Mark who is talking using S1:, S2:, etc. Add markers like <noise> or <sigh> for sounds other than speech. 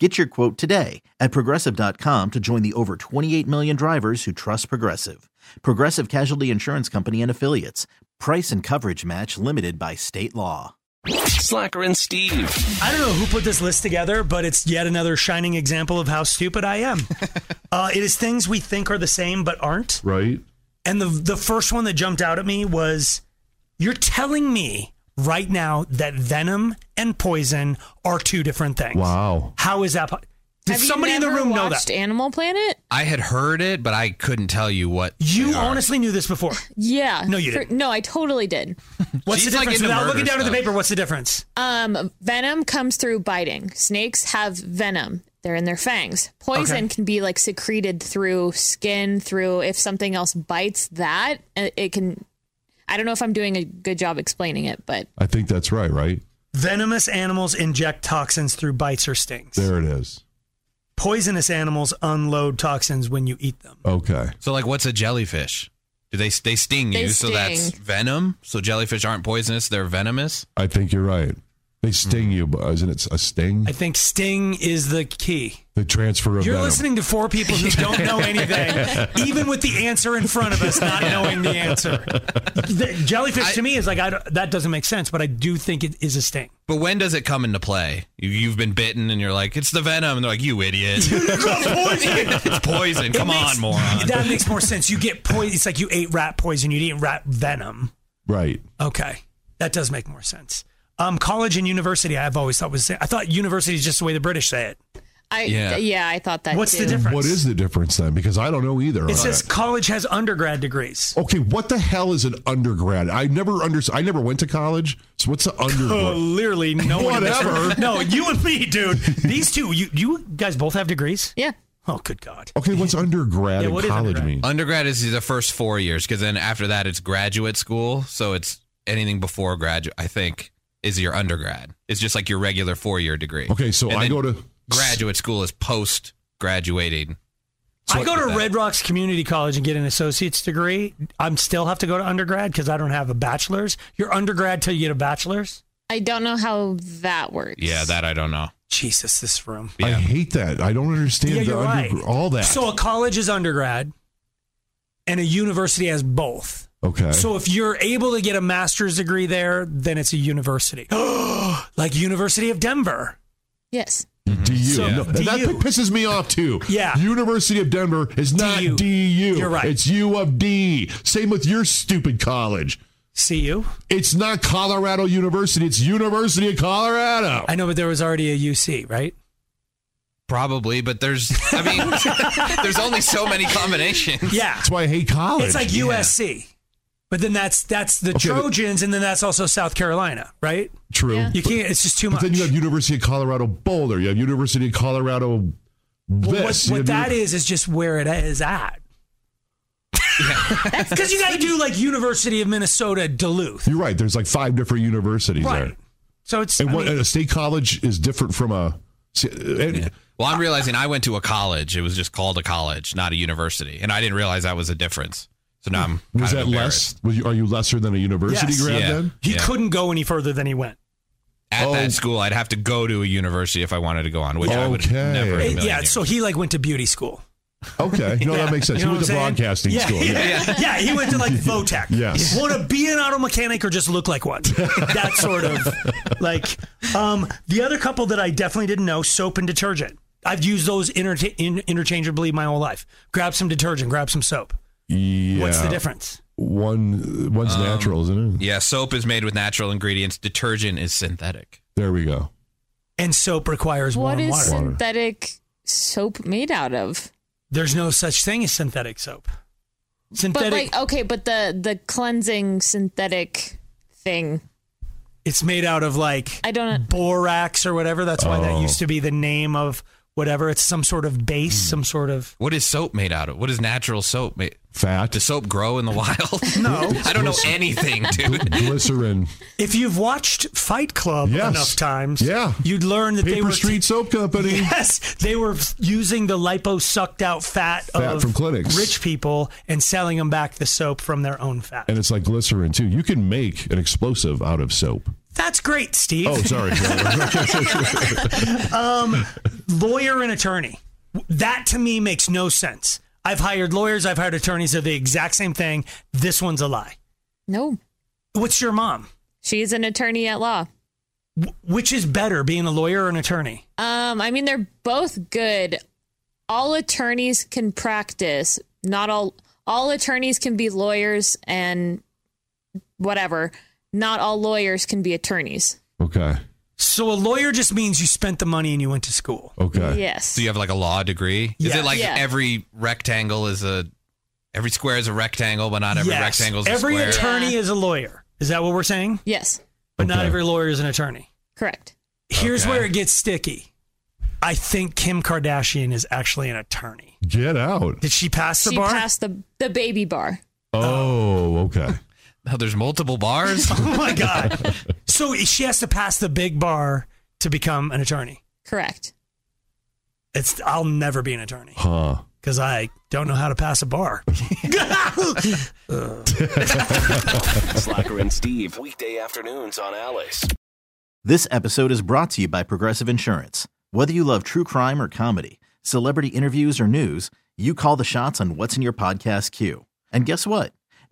S1: Get your quote today at progressive.com to join the over 28 million drivers who trust Progressive. Progressive Casualty Insurance Company and Affiliates. Price and coverage match limited by state law.
S2: Slacker and Steve. <laughs>
S3: I don't know who put this list together, but it's yet another shining example of how stupid I
S4: <laughs>
S3: am. uh, it is things we think are the same but aren't.
S5: right?
S3: And the the first one that jumped out at me was, "You're telling me right now that venom and poison are two different things."
S5: Wow.
S3: How is that? Po- Did
S6: Have you
S3: somebody in the
S6: never
S3: room know
S6: watched
S3: that?
S6: Animal Planet?
S4: I had heard it, but I couldn't tell you what.
S3: You
S4: they are.
S3: honestly knew this
S4: <laughs>
S3: before.
S6: Yeah.
S3: No, you
S6: For-
S3: didn't.
S6: no, I totally did.
S3: What's
S4: She's,
S3: the
S4: like,
S3: difference?
S4: into
S3: Without
S4: murder
S3: looking down at the
S4: stuff.
S3: paper, what's the difference?
S6: Um, venom comes through biting. Snakes have venom. They're in their fangs. Poison
S3: Okay.
S6: can be like secreted through skin, through if something else bites that, uh, it can. I don't know if I'm doing a good job explaining it, but
S5: I think that's right, right?
S3: Venomous animals inject toxins through bites or stings.
S5: There it is.
S3: Poisonous animals unload toxins when you eat them.
S5: Okay.
S4: So, like, what's a jellyfish? Do they they sting
S6: They
S4: you? So that's
S6: sting.
S4: venom. So jellyfish aren't poisonous; they're venomous.
S5: I think you're right. They sting you, but isn't it a sting?
S3: Mm-hmm. I think sting is the key.
S5: The transfer of
S3: You're
S5: venom.
S3: listening to four people
S4: <laughs>
S3: who don't know anything, even with the answer in front of us, not knowing the answer. The jellyfish to me is like I don't- that doesn't make sense, but I do think it is a sting.
S4: But when does it come into play? You, you've been bitten, and you're like, "It's the venom," and they're like,
S3: <laughs>
S4: "You idiot! it's poison! Come
S3: It makes-
S4: on, moron!"
S3: That makes more sense. You get poison. It's like you ate rat poison. You didn't rat venom.
S5: right.
S3: Okay, that does make more sense. Um, college and university, I've always thought was. I thought university is just the way the British say it.
S6: I yeah,
S4: Yeah.
S6: I thought that.
S3: What's
S6: too.
S3: the difference?
S5: What is the difference then? Because I don't know either.
S3: It
S5: on
S3: says
S5: it.
S3: college has undergrad degrees.
S5: Okay, what the hell is an undergrad? I never under I never went to college. So what's an
S3: <laughs>
S5: undergrad?
S3: Clearly, Oh, no one. in this room-
S5: Whatever.
S3: No, you and me, dude. These two, you you guys both have degrees.
S6: Yeah.
S3: Oh, good God.
S5: Okay, what's undergrad
S3: Yeah,
S5: in
S3: what is
S5: college
S3: undergrad?
S5: mean?
S4: Undergrad is the first four years, because then after that, it's graduate school. So it's anything before graduate. I think is your undergrad. It's just like your regular four year degree.
S5: Okay, so
S4: And
S5: I
S4: then
S5: go to
S4: graduate school is post graduating.
S3: I go to Red Rocks Community College and get an associate's degree. I'm still have to go to undergrad because I don't have a bachelor's. You're undergrad till you get a bachelor's.
S6: I don't know how that works.
S4: Yeah, that I don't know.
S3: Jesus, this room.
S5: I
S4: Yeah.
S5: hate that. I don't understand
S3: Yeah,
S5: the
S3: you're right.
S5: undergr- all that.
S3: So a college is undergrad, and a university has both.
S5: okay.
S3: So if you're able to get a master's degree there, then it's a university, <gasps> like University of Denver.
S6: Yes.
S5: DU.
S3: So,
S5: Mm-hmm. No,
S3: DU.
S5: That pi- pisses me off too.
S3: Yeah.
S5: University of Denver is not
S3: DU.
S5: DU.
S3: You're right.
S5: It's U of D. Same with your stupid college.
S3: See you.
S5: It's not Colorado University. It's University of Colorado.
S3: I know, but there was already a UC, right?
S4: Probably, but there's, I mean, <laughs> there's only so many combinations.
S3: Yeah.
S5: That's why I hate college.
S3: It's like USC. But then that's that's the
S5: Okay, but-
S3: Trojans, and then that's also South Carolina, right?
S5: true.
S6: Yeah.
S3: You can't. It's just too
S5: But
S3: much.
S5: then you have University of Colorado Boulder. You have University of Colorado. This.
S3: Well,
S5: You
S3: what what
S5: have
S3: that
S5: uni-
S3: is is just where it is at. <laughs> Because you got to do like University of Minnesota Duluth,
S5: You're right. There's like five different universities
S3: right? So it's
S5: there, and
S3: I
S5: what
S3: mean,
S5: a state college is different from a. eh, see, and-
S4: Well, I'm realizing I went to a college. It was just called a college, not a university. And I didn't realize that was a difference. So now I'm.
S5: Was
S4: kind
S5: that less?
S4: of embarrassed.
S5: Was you, are you lesser than a university
S3: Yes.
S5: grad
S4: Yeah.
S5: then?
S3: he
S4: Yeah.
S3: couldn't go any further than he went.
S4: At
S5: Oh.
S4: that school, I'd have to go to a university if I wanted to go on, which I would have
S5: Okay.
S4: never. in a
S5: It-
S3: It-
S4: million
S3: yeah,
S4: years.
S3: so he like went to beauty school.
S5: Okay, no,
S3: Yeah.
S5: that makes sense.
S3: You know what
S5: he went to
S3: I'm saying?
S5: broadcasting
S3: yeah,
S5: school.
S3: Yeah,
S5: Yeah. <laughs>
S3: yeah. he went to like Votech. <laughs>
S5: Yes.
S3: Want to be an auto mechanic or just look
S5: <laughs>
S3: like one? That sort of like. Um, the other couple that I definitely didn't know: soap and detergent. I've used those inter- in- interchangeably my whole life. Grab some detergent, grab some soap.
S5: Yeah.
S3: What's the Um, difference?
S5: One one's natural, isn't it?
S4: Yeah, soap is made with natural ingredients. Detergent is synthetic.
S5: There we go.
S3: And soap requires warm
S6: What is
S3: water.
S5: Water.
S6: synthetic soap made out of?
S3: There's no such thing as synthetic soap.
S6: But
S3: Synthetic.
S6: like, uh, okay, but the the cleansing synthetic thing.
S3: it's made out of like
S6: I don't.
S3: borax or whatever. That's why that
S5: Oh.
S3: used to be the name of whatever. It's some sort of base,
S5: Hmm.
S3: some sort of.
S4: What is soap made out of? What is natural soap made?
S5: Fat,
S4: Does soap grow in
S3: <laughs>
S4: the <laughs> wild? No, I don't know anything, dude.
S5: glycerin.
S3: If you've watched Fight Club
S5: Yes.
S3: enough times,
S5: Yeah.
S3: you'd learn that <laughs> they
S5: Paper
S3: were
S5: Street Soap Company.
S3: <laughs> Yes, they were using the liposucked out fat,
S5: Fat
S3: of
S5: from clinics.
S3: rich people and selling them back the soap from their own fat.
S5: And it's like glycerin, too. You can make an explosive out of soap.
S3: That's great, Steve.
S5: Oh,
S3: <laughs>
S5: sorry.
S3: Lawyer and attorney. That to me makes no sense. I've hired lawyers, I've hired attorneys, they're the exact same thing. This one's a lie.
S6: No,
S3: What's your mom?
S6: she's an attorney at law.
S3: Wh- Which is better, being a lawyer or an attorney?
S6: Um, I mean, they're both good. All attorneys can practice. Not all all attorneys can be lawyers and whatever. Not all lawyers can be attorneys.
S5: okay.
S3: So a lawyer just means you spent the money and you went to school.
S5: Okay.
S6: Yes.
S4: So you have like a law degree? Is
S3: Yeah.
S4: it like
S6: Yeah.
S4: every rectangle is a every square is a rectangle, but not every
S3: Yes.
S4: rectangle is
S3: Every
S4: a square?
S3: attorney
S6: Yeah.
S3: is a lawyer. Is that what we're saying?
S6: yes.
S3: But not
S5: Okay.
S3: every lawyer is an attorney.
S6: Correct.
S3: Here's
S4: Okay.
S3: where it gets sticky. I think Kim Kardashian is actually an attorney.
S5: Get out.
S3: Did she pass the
S6: she
S3: bar?
S6: passed the the baby bar.
S5: Oh, okay.
S4: Now there's multiple
S3: <laughs>
S4: bars.
S3: <laughs> oh
S6: <laughs>
S3: my god! so she has to pass the big bar to become an attorney.
S6: Correct.
S3: It's I'll never be an attorney
S5: Huh.
S3: because I don't know how to pass a
S6: <laughs>
S3: bar. <laughs>
S2: Slacker and Steve. Weekday afternoons on Alice.
S1: This episode is brought to you by Progressive Insurance. Whether you love true crime or comedy, celebrity interviews or news, you call the shots on what's in your podcast queue. And guess what?